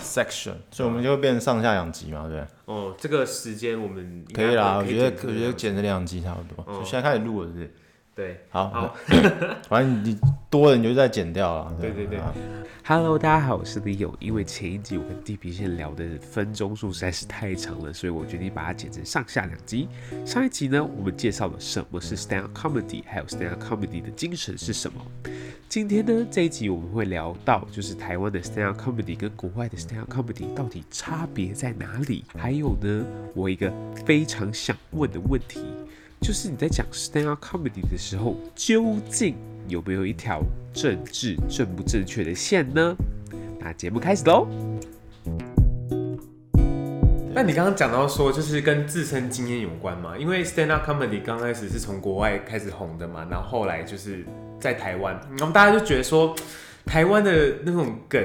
section，所以我们就会变成上下两集嘛，对不对？哦，这个时间我们应可该以啦，我可觉得剪我觉这得样剪成两集差不多。哦就现在开始录了，是不是？对。好，好 反正你多了你就再剪掉了。对对对啊 Hello，大家好，我是李友。因为前一集我跟地平线聊的分钟数实在是太长了，所以我决定把它剪成上下两集。上一集呢，我们介绍了什么是 stand up comedy，还有 stand up comedy 的精神是什么。今天呢，这一集我们会聊到，就是台湾的 stand up comedy 跟国外的 stand up comedy 到底差别在哪里？还有呢，我一个非常想问的问题，就是你在讲 stand up comedy 的时候，究竟有没有一条政治正不正确的线呢？那节目开始喽。那你刚刚讲到说，就是跟自身经验有关嘛？因为 stand up comedy 刚开始是从国外开始红的嘛，然后后来就是在台湾，然后大家就觉得说，台湾的那种梗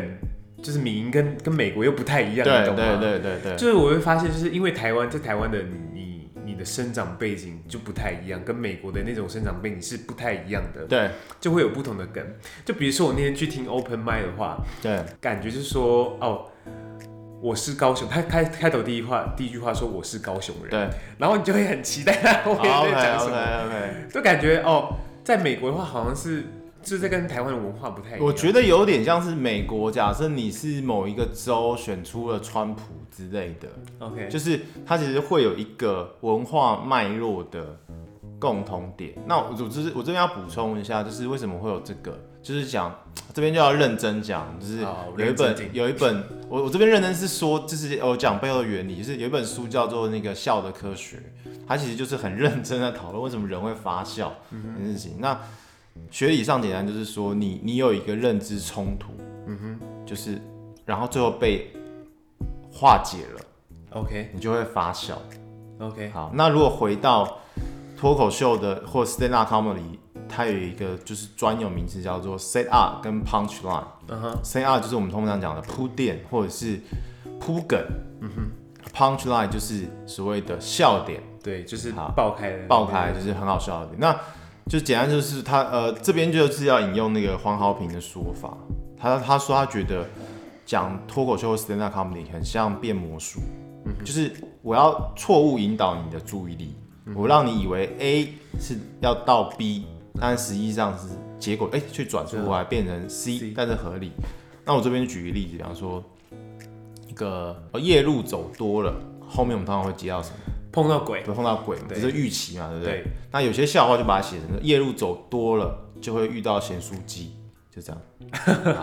就是民跟跟美国又不太一样，你对懂吗？对对对对，就是我会发现，就是因为台湾在台湾的你你你的生长背景就不太一样，跟美国的那种生长背景是不太一样的，对就会有不同的梗。就比如说我那天去听 open mic 的话，对感觉就是说哦。我是高雄，他开开头第一话第一句话说我是高雄人， 对。然后你就会很期待他后面好在，OK 讲什 OK 么， OK。就感觉哦，在美国的话好像是就是在跟台湾的文化不太一样。我觉得有点像是美国，假设你是某一个州选出了川普之类的，得 OK，就是它其实会有一个文化脉络的共同点。那我我就是我这边要补充一下，就是为什么会有这个，就是讲这边就要认真讲，就是好有一认真本听有一本，我我这边认真是说，就是我讲背后的原理，就是有一本书叫做那个《笑的科学》，它其实就是很认真的讨论为什么人会发笑嗯这件事情。那学理上简单就是说，你你有一个认知冲突，嗯就是然后最后被化解了，哼，OK 你就会发笑。 OK，好，那如果回到脱口秀的或 stand up comedy，它有一个就是专有名词叫做 set up 跟 punch line。嗯哼， set up 就是我们通常讲的铺垫或者是铺梗，嗯哼，punch line 就是所谓的笑点，对，就是好爆开的爆开就是很好笑的点。那就简单就是他呃这边就是要引用那个黄豪平的说法，他他说他觉得讲脱口秀或 stand up comedy 很像变魔术，嗯就是我要错误引导你的注意力，嗯我让你以为 A 是要到 B，但实际上是结果哎却转出来变成 C，啊 C 但是合理。那我这边举个例子，比方说一个呃夜路走多了，后面我们通常会接到什么？碰到鬼，会碰到鬼嘛，这是对预期嘛，对不对？对，那有些笑话就把它写成夜路走多了就会遇到咸酥鸡，就这样。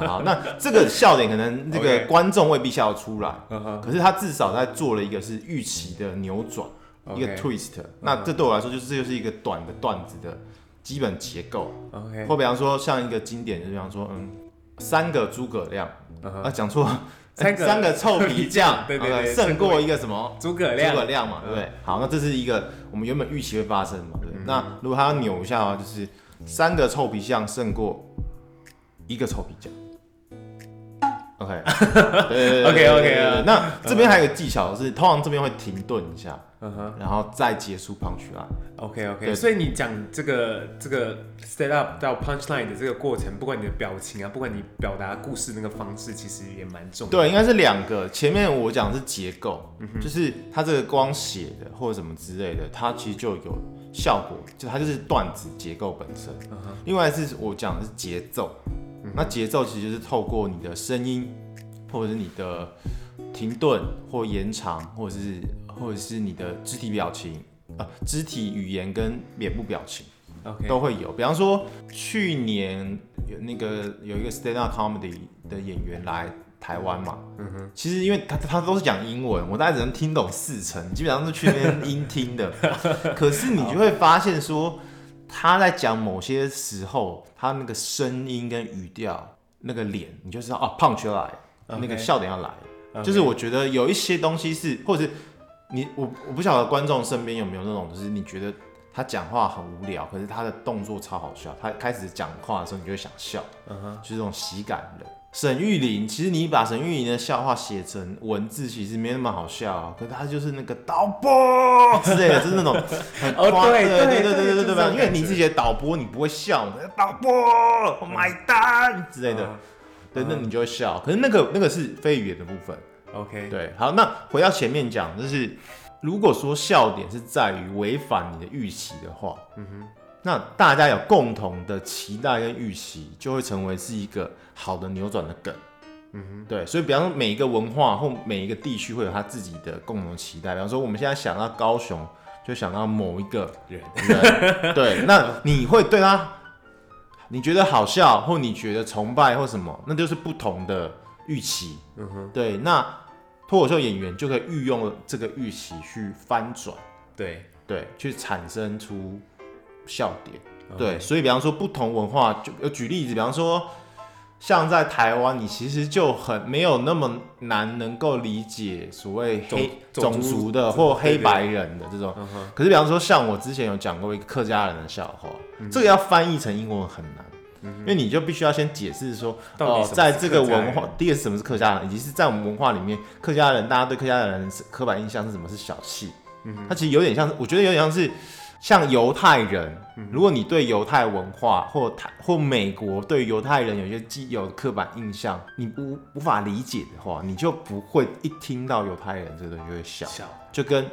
好，那这个笑点可能这个 OK 观众未必笑得出来嗯哼可是他至少在做了一个是预期的扭转一个 OK 嗯 twist。那这对我来说就是这就是一个短的段子的基本结构。 OK，或比方说像一个经典，就比方说嗯，三个诸葛亮嗯哼啊，讲错了，三个三个臭皮匠 ，对对对 OK，胜胜过过一个什么？诸葛诸葛亮，亮嘛，对不对？好，那这是一个我们原本预期会发生嘛，对不对？那如果他要扭一下的话，就是三个臭皮匠胜过一个臭皮匠。OK，对对对 OK，OK，对对对对啊那这边还有个技巧是，通常这边会停顿一下，嗯哼然后再结束 punch line。 ，OK 对 OK，所以你讲这个这个 set up 到 punch line 的这个过程，不管你的表情啊，不管你表达故事那个方式，其实也蛮重要。嗯对，应该是两个。前面我讲的是结构，就是它这个光写的或者什么之类的，它其实就有效果，就它就是段子结构本身。嗯哼，嗯另外是我讲的是节奏，那节奏其实就是透过你的声音，或者是你的停顿或延长，或者是或者是你的肢体表情，呃，肢体语言跟脸部表情 OK，都会有。比方说去年有那个有一个 stand up comedy 的演员来台湾嘛，嗯哼，其实因为他他都是讲英文，我大概只能听懂四成，基本上是去那边音听 的。可是你就会发现说，他在讲某些时候，他那个声音跟语调、那个脸，你就知道哦，胖出来 OK 那个笑点要来。嗯就是我觉得有一些东西是，或者是你我我不晓得观众身边有没有那种，就是你觉得他讲话很无聊，可是他的动作超好笑，他开始讲话的时候你就会想笑。嗯哼，就是这种喜感人。沈玉琳，其实你把沈玉琳的笑话写成文字，其实没那么好笑、啊，可是他就是那个导播之类的，就是那种很哦夸对对对对对对就是对对这吧？种因为感你觉自己的导播你不会笑，导播我买单之类的，嗯对，那你就会笑。可是那个那个是非语言的部分。 OK，对，好，那回到前面讲，就是如果说笑点是在于违反你的预期的话，嗯哼，那大家有共同的期待跟预期，就会成为是一个好的扭转的梗。嗯哼，对，所以比方说每一个文化或每一个地区会有他自己的共同期待，比方说我们现在想到高雄，就想到某一个人 人，对，那你会对他，你觉得好笑或你觉得崇拜或什么，那就是不同的预期。嗯哼，对，那脱口秀演员就可以运用这个预期去翻转，对，对，去产生出笑点。 OK 对，所以比方说不同文化，就呃举例子，比方说像在台湾，你其实就很没有那么难能够理解所谓黑种种族族的种或对黑对白人的这种。嗯哼，可是比方说像我之前有讲过一个客家人的笑话，嗯这个要翻译成英文很难。因为你就必须要先解释说，到底哦什么，是在这个客家文化人，第一个是什么是客家人，以及是在我们文化里面，客家人大家对客家人是刻板印象是什么是小气，嗯它其实有点像是，我觉得有点像是像犹太人，嗯如果你对犹太文化或台或美国对犹太人有一些既有的刻板印象，你无无法理解的话，你就不会一听到犹太人这个东西就会笑，笑，就跟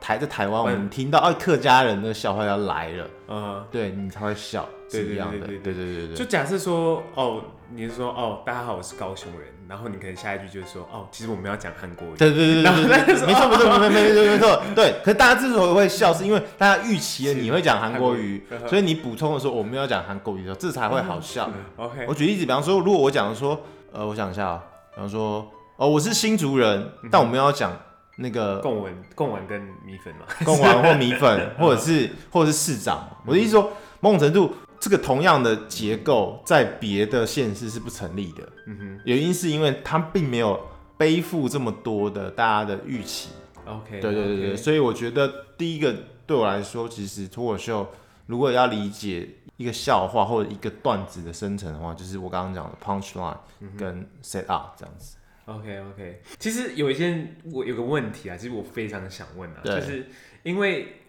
台在台湾我嗯们听到啊客家人的笑话要来了，嗯，对你才会笑对是一样的，对对对对对对就假设说，哦，你是说，哦，大家好，我是高雄人，然后你可能下一句就是说，哦，其实我们要讲韩国语，对对对对对对，没错没错没错没错没错，对。可是大家之所以会笑，是因为大家预期了你会讲韩国语是韩国，语嗯所以你补充的时候我们要讲韩国语的时候，这才会好笑。 ，OK，我举例子，比方说，如果我讲说，呃，我想一下啊，比方说，哦，我是新竹人，但我们要讲那个贡丸贡丸跟米粉嘛，贡丸或米 粉，嗯或者是或者是市长，我的意思说，某种程度，这个同样的结构在别的县市是不成立的。嗯原因是因为它并没有背负这么多的大家的预期。哼，OK，对对对对， OK，所以我觉得第一个对我来说，其实脱口秀如果要理解一个笑话或者一个段子的生成的话，就是我刚刚讲的 punch 嗯 line 跟 set up 这样子。 OK OK，其实有一件我有个问题啊，其实我非常想问啊，对就是因为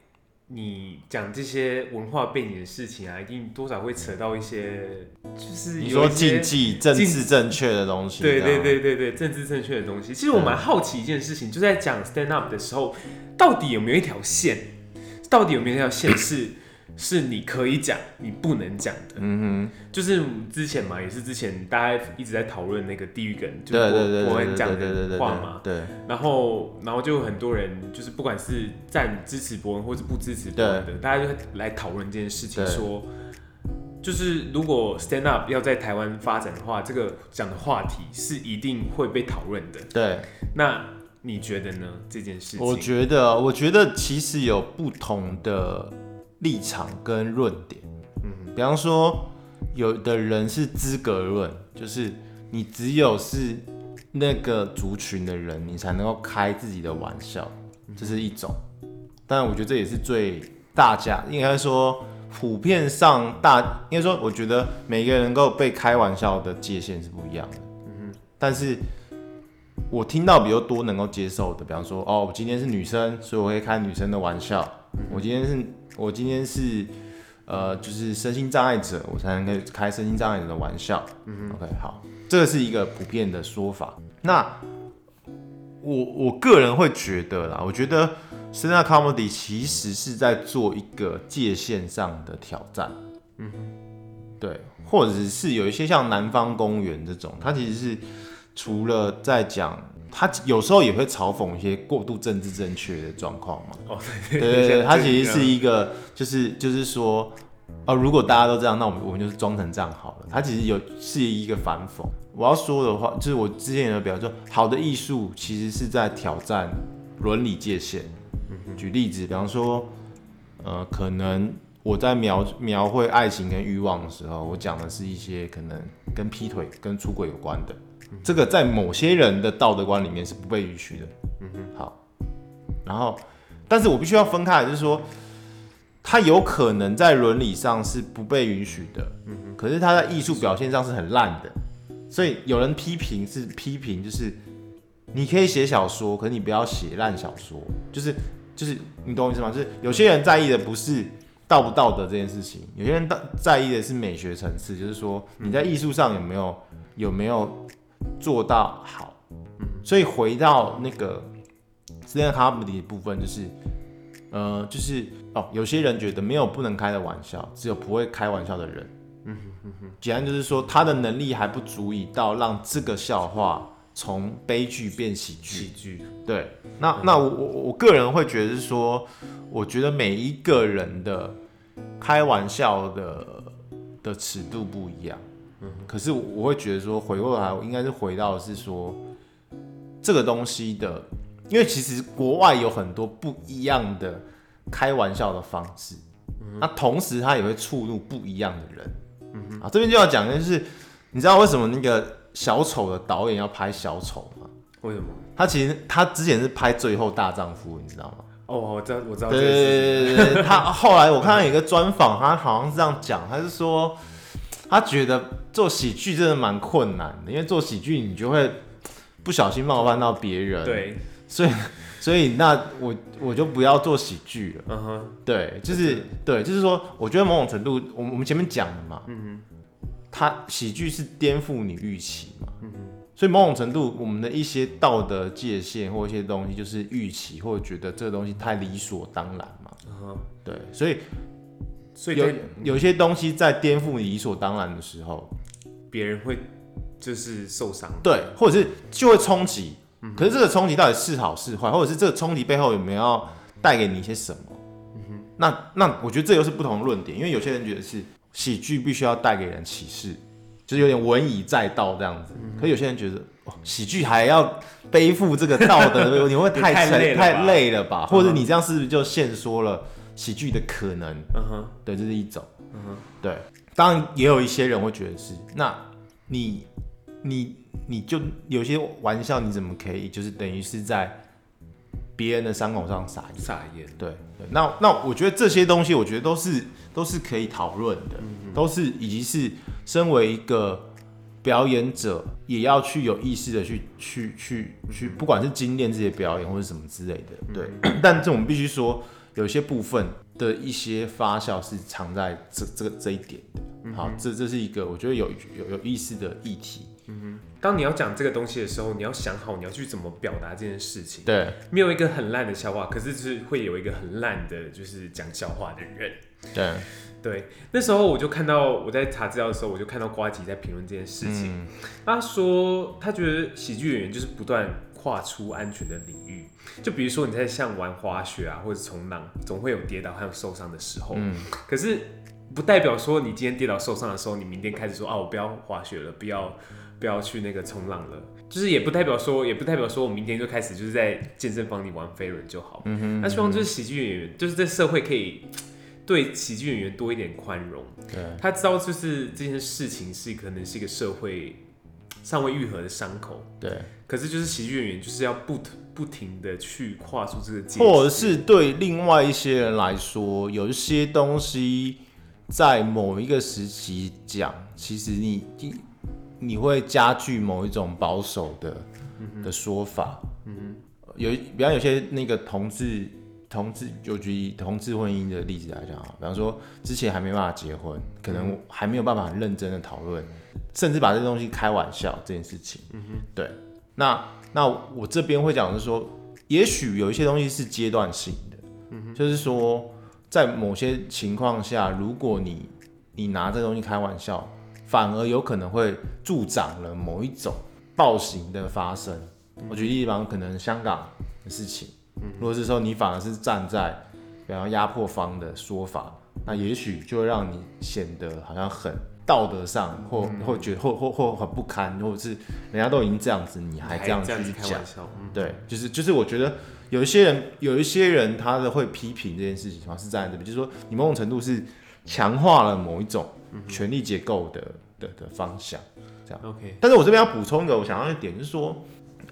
你讲这些文化背景的事情啊，一定多少会扯到一些，就是你有说一些禁忌、政禁治正确的东西，对这对样，对对对，政治正确的东西。其实我蛮好奇一件事情，就在讲 stand up 的时候，到底有没有一条线？到底有没有一条线是是你可以讲，你不能讲的？嗯就是之前嘛，也是之前大家一直在讨论那个地狱梗，哼，就对是对伯对伯对恩对讲对对的对话嘛。对，然后，然后就有很多人就是不管是赞支持伯恩或是不支持伯恩的，大家就会来讨论这件事情对说就是如果 stand up 要在台湾发展的话，这个讲的话题是一定会被讨论的。对，那你觉得呢？这件事情，我觉得，我觉得其实有不同的立场跟论点。嗯，比方说，有的人是资格论，就是你只有是那个族群的人，你才能够开自己的玩笑，这是一种。当然，我觉得这也是最大家应该说普遍上大，应该说，我觉得每个人能够被开玩笑的界限是不一样的。嗯但是我听到比较多能够接受的，比方说，哦，我今天是女生，所以我会开女生的玩笑。我今天是，我今天是，呃，就是身心障碍者，我才能可以开身心障碍者的玩笑。嗯，OK，好，这个是一个普遍的说法。那我我个人会觉得啦，我觉得 stand up comedy 其实是在做一个界限上的挑战。嗯，对，或者是有一些像南方公园这种，它其实是。除了在讲，他有时候也会嘲讽一些过度政治正确的状况嘛。哦，对对对 对，他其实是 是一个，就是就是说，哦，如果大家都这样，那我们我们就是装成这样好了。他其实有是一个反讽。我要说的话，就是我之前有表示说，好的艺术其实是在挑战伦理界限。举例子，比方说，呃，可能我在描描绘爱情跟欲望的时候，我讲的是一些可能跟劈腿、跟出轨有关的，这个在某些人的道德观里面是不被允许的。嗯哼，好，然后，但是我必须要分开来，就是说，它有可能在伦理上是不被允许的，嗯哼，可是它在艺术表现上是很烂的，所以有人批评是批评，就是你可以写小说，可是你不要写烂小说，就是就是你懂我意思吗？就是有些人在意的不是道不道德这件事情，有些人在在意的是美学层次，就是说你在艺术上有没有有没有做到好。嗯所以回到那个 stand up comedy 的部分，就是呃，就是哦，有些人觉得没有不能开的玩笑，只有不会开玩笑的人。嗯简单就是说，他的能力还不足以到让这个笑话从悲剧变喜剧喜。剧，对，那那我我我个人会觉得是说，我觉得每一个人的开玩笑的的尺度不一样。可是我我会觉得说，回过来我应该是回到的是说这个东西的，因为其实国外有很多不一样的开玩笑的方式，那同时它也会触怒不一样的人。啊，这边就要讲的就是，你知道为什么那个小丑的导演要拍小丑吗？为什么？他其实他之前是拍《最后大丈夫》，你知道吗？哦，我知道，我知道对这件事对对对对，他后来我看到有一个专访，他好像是这样讲，他是说他觉得做喜剧真的蛮困难的，因为做喜剧你就会不小心冒犯到别人，，对，所以所以那我我就不要做喜剧了。嗯哼，对，就是对，就是说，我觉得某种程度，我们我们前面讲的嘛，嗯它喜剧是颠覆你预期嘛，嗯所以某种程度，我们的一些道德界限或一些东西，就是预期或者觉得这个东西太理所当然嘛，嗯哼，对，所以所以有在有些东西在颠覆你理所当然的时候，别人会就是受伤，对，或者是就会冲击，嗯可是这个冲击到底是好是坏，或者是这个冲击背后有没有要带给你一些什么？嗯那那我觉得这又是不同的论点，因为有些人觉得是喜剧必须要带给人启示，就是有点文以载道这样子。嗯可有些人觉得、哦、喜剧还要背负这个道德， 你会太太沉累了吧太累了吧？或者你这样是不是就限缩了喜剧的可能？嗯哼，对，这是一种。嗯对，当然也有一些人会觉得是，那你你你就有些玩笑，你怎么可以就是等于是在别人的伤口上撒盐？撒盐，对，对那那我觉得这些东西，我觉得都是都是可以讨论的，都是以及是身为一个表演者，也要去有意识的去去去去，不管是精炼自己的表演或者什么之类的，对。但这我们必须说，有些部分的一些发酵是藏在这这个这一点的。好，这这是一个我觉得有有有意思的议题。当你要讲这个东西的时候，你要想好你要去怎么表达这件事情。对没有一个很烂的笑话，可是就是会有一个很烂的，就是讲笑话的人。对，对，那时候我就看到我在查资料的时候，我就看到瓜吉在评论这件事情。嗯他说他觉得喜剧演员就是不断跨出安全的领域，就比如说你在像玩滑雪啊，或者冲浪，总会有跌倒还有受伤的时候。嗯可是不代表说你今天跌倒受伤的时候，你明天开始说啊，我不要滑雪了，不要不要去那个冲浪了。就是也不代表说，也不代表说我明天就开始就是在健身房里玩飞轮就嗯好。那希望就是喜剧演员，就是在社会可以对喜剧演员多一点宽容。对他知道就是这件事情是可能是一个社会尚未愈合的伤口，对。可是就是喜剧演员就是要不不停的去跨出这个界限，或者是对另外一些人来说，有一些东西在某一个时期讲，其实你你你会加剧某一种保守的、的说法。嗯有比方有些那个同志同志，就举同志婚姻的例子来讲啊，比方说之前还没办法结婚，可能还没有办法很认真的讨论，甚至把这东西开玩笑这件事情。嗯哼，对。那那我这边会讲的是说，也许有一些东西是阶段性的，嗯就是说，在某些情况下，如果你你拿这个东西开玩笑，反而有可能会助长了某一种暴行的发生。嗯我举例，比方可能香港的事情，如果是说你反而是站在比方压迫方的说法，那也许就会让你显得好像很道德上或嗯或觉或或或很不堪，或者是人家都已经这样子，你还还这样这样子去开讲玩。笑，嗯，对，就是就是，我觉得有一些人，有一些人他的会批评这件事情，好像是站在这边，就是说你某种程度是强化了某一种权力结构的的的方向。 ，OK，但是我这边要补充一个我想要的点，就是说，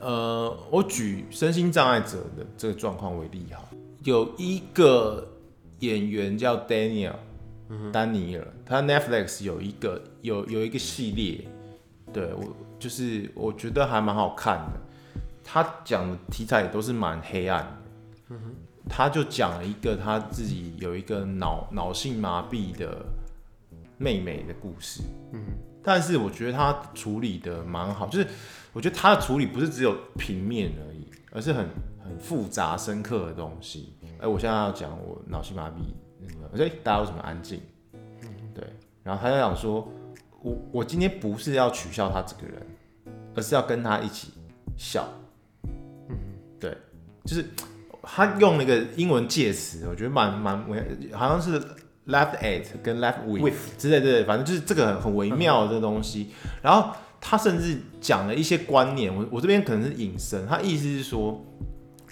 呃，我举身心障碍者的这个状况为例哈，有一个演员叫 Daniel，、丹尼尔，他 Netflix 有一个有有一个系列，对我就是我觉得还蛮好看的，他讲的题材也都是蛮黑暗的，他就讲了一个他自己有一个脑脑性麻痹的妹妹的故事。嗯，但是我觉得他处理的蛮好，就是我觉得他的处理不是只有平面而已，而是很很复杂深刻的东西。哎、我现在要讲我脑性麻痹，那个，我说、哎大家为什么安静？对，然后他就讲说，我我今天不是要取笑他这个人，而是要跟他一起笑。对，就是他用了一个英文介词，我觉得蛮蛮微，好像是 left at 跟 left with, With 之类的，反正就是这个很很微妙的东西。然后他甚至讲了一些观念，我我这边可能是引申，他意思是说，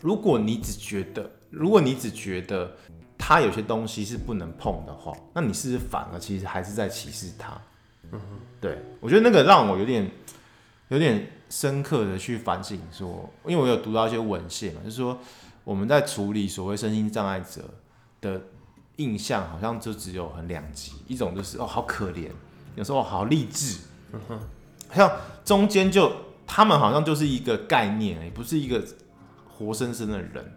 如果你只觉得，如果你只觉得他有些东西是不能碰的话，那你是不是反而其实还是在歧视他？嗯，对，我觉得那个让我有点有点深刻的去反省说，因为我有读到一些文献嘛，就是说我们在处理所谓身心障碍者的印象，好像就只有很两极，一种就是哦好可怜，有时候好励志，像中间就他们好像就是一个概念，也不是一个活生生的人。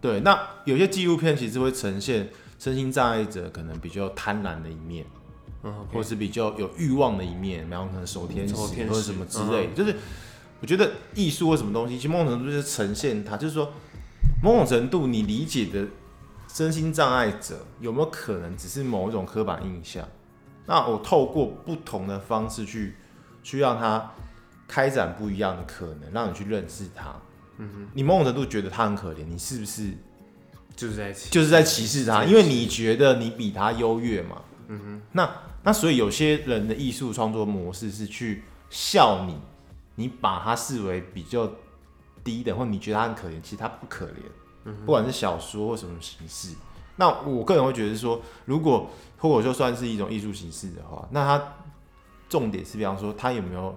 对，那有些纪录片其实会呈现身心障碍者可能比较贪婪的一面，嗯或是比较有欲望的一面，然后可能守天使守天使嗯或者什么之类的。就是我觉得艺术或什么东西，其实某种程度就是呈现它，就是说某种程度你理解的身心障碍者有没有可能只是某一种刻板印象？那我透过不同的方式去去让他开展不一样的可能，让你去认识他。嗯你某种程度觉得他很可怜，你是不是就是在一起，就是在歧视他？因为你觉得你比他优越嘛。嗯哼。那那所以有些人的艺术创作模式是去笑你，你把他视为比较低等，或你觉得他很可怜，其实他不可怜。不管是小说或什么形式。那我个人会觉得说，如果脱口秀算是一种艺术形式的话，那它重点是，比方说，它有没有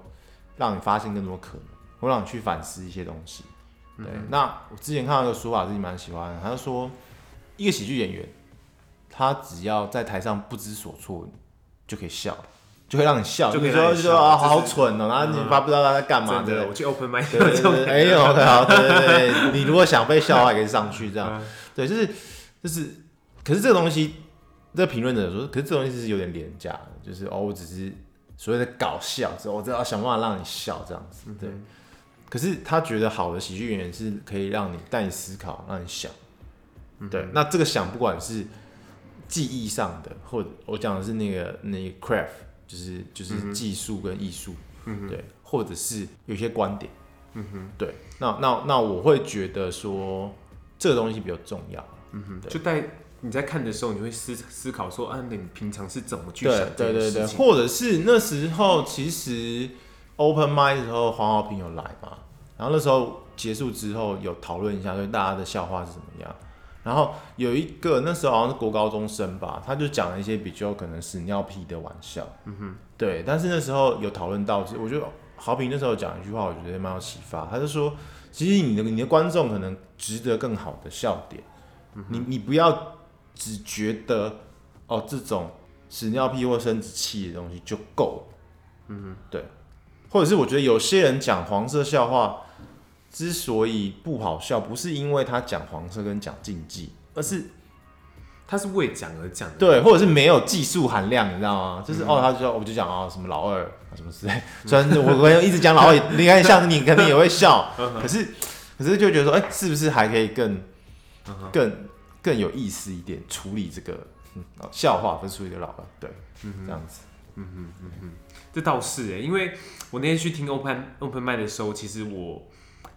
让你发现更多可能，或让你去反思一些东西。对，那我之前看到一个说法，自己蛮喜欢的，他就说，一个喜剧演员，他只要在台上不知所措，就可以笑，就会让你笑，就可以你让说你就笑说啊，就是好蠢哦、然后你发不知道他在干嘛真之类的，我去 open mic 对对对，哎呦，好，对对对，你如果想被笑的话，也可以上去这样。嗯对，就是就是，可是这个东西，这个评论者说，可是这个东西是有点廉价的，就是哦，我只是所谓的搞笑，只是哦我只要想办法让你笑这样子。对，可是他觉得好的喜剧演员是可以让你带你思考，让你想。对，那这个想不管是技艺上的，或者我讲的是那个那个 craft，就是就是技术跟艺术，对，或者是有些观点，嗯哼，对，那那那我会觉得说这个东西比较重要，嗯就在你在看的时候，你会思思考说，啊，你平常是怎么去对想对这对件对，事情？或者是那时候其实 open mic 的时候，黄浩平有来嘛，然后那时候结束之后有讨论一下，对大家的笑话是怎么样。然后有一个那时候好像是国高中生吧，他就讲了一些比较可能屎尿屁的玩笑，嗯哼，对。但是那时候有讨论到，我觉得好平那时候讲一句话，我觉得蛮有启发。他就说，其实你的你的观众可能值得更好的笑点，你你不要只觉得哦这种屎尿屁或生殖器的东西就够。嗯，对。或者是我觉得有些人讲黄色笑话之所以不好笑，不是因为他讲黄色跟讲禁忌，而是他是为讲而讲的，对，或者是没有技术含量，你知道吗？嗯就是、哦，他就说我就讲啊、什么老二啊什么之类，虽然是我我一直讲老二，你看像你肯定也会笑， 嗯可是可是就觉得说，哎、是不是还可以更嗯更更有意思一点处理这个、嗯哦笑话，不是处理这个老二，对，嗯这样子。这倒是哎，因为我那天去听 open open mic 的时候，其实我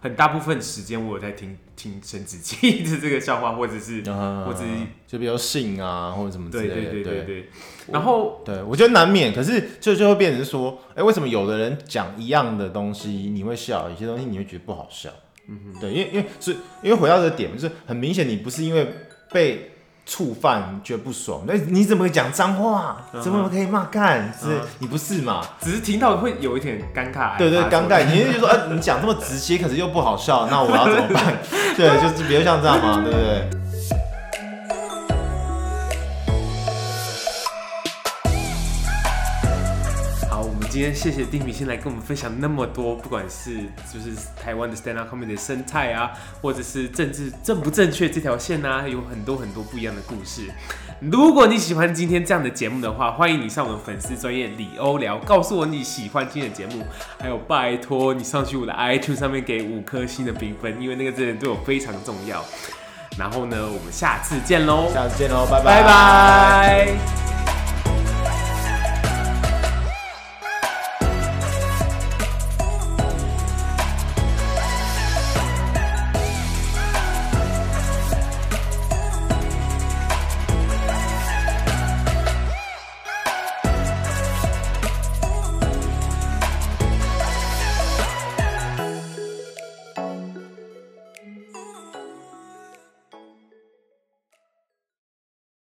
很大部分时间我有在听听生殖器的这个笑话，或者是啊，或者是就比较性啊，或者什么之类对的。对对对对对，然后对我觉得难免，可是就就会变成说，哎、为什么有的人讲一样的东西你会笑，有些东西你会觉得不好笑？嗯哼，对，因为因为是因为回到这个点，就是很明显你不是因为被触犯觉得不爽，那你怎么会讲脏话？嗯哼怎么可以骂干？是、嗯哼你不是嘛？只是听到会有一点尴尬，对对，哎尴。发尬，作你就说，呃，你讲这么直接，可是又不好笑，那我要怎么办？ 对，就是比如像这样嘛，对不对？好，我们今今天谢谢地平线来跟我们分享那么多，不管是就是台湾的 stand up comedy 的生态啊，或者是政治正不正确这条线啊，有很多很多不一样的故事。如果你喜欢今天这样的节目的话，欢迎你上我们粉丝专业李欧聊，告诉我你喜欢今天的节目，还有拜托你上去我的 iTunes 上面给五颗星的评分，因为那个真的对我非常重要。然后呢，我们下次见喽，下次见喽，拜拜拜。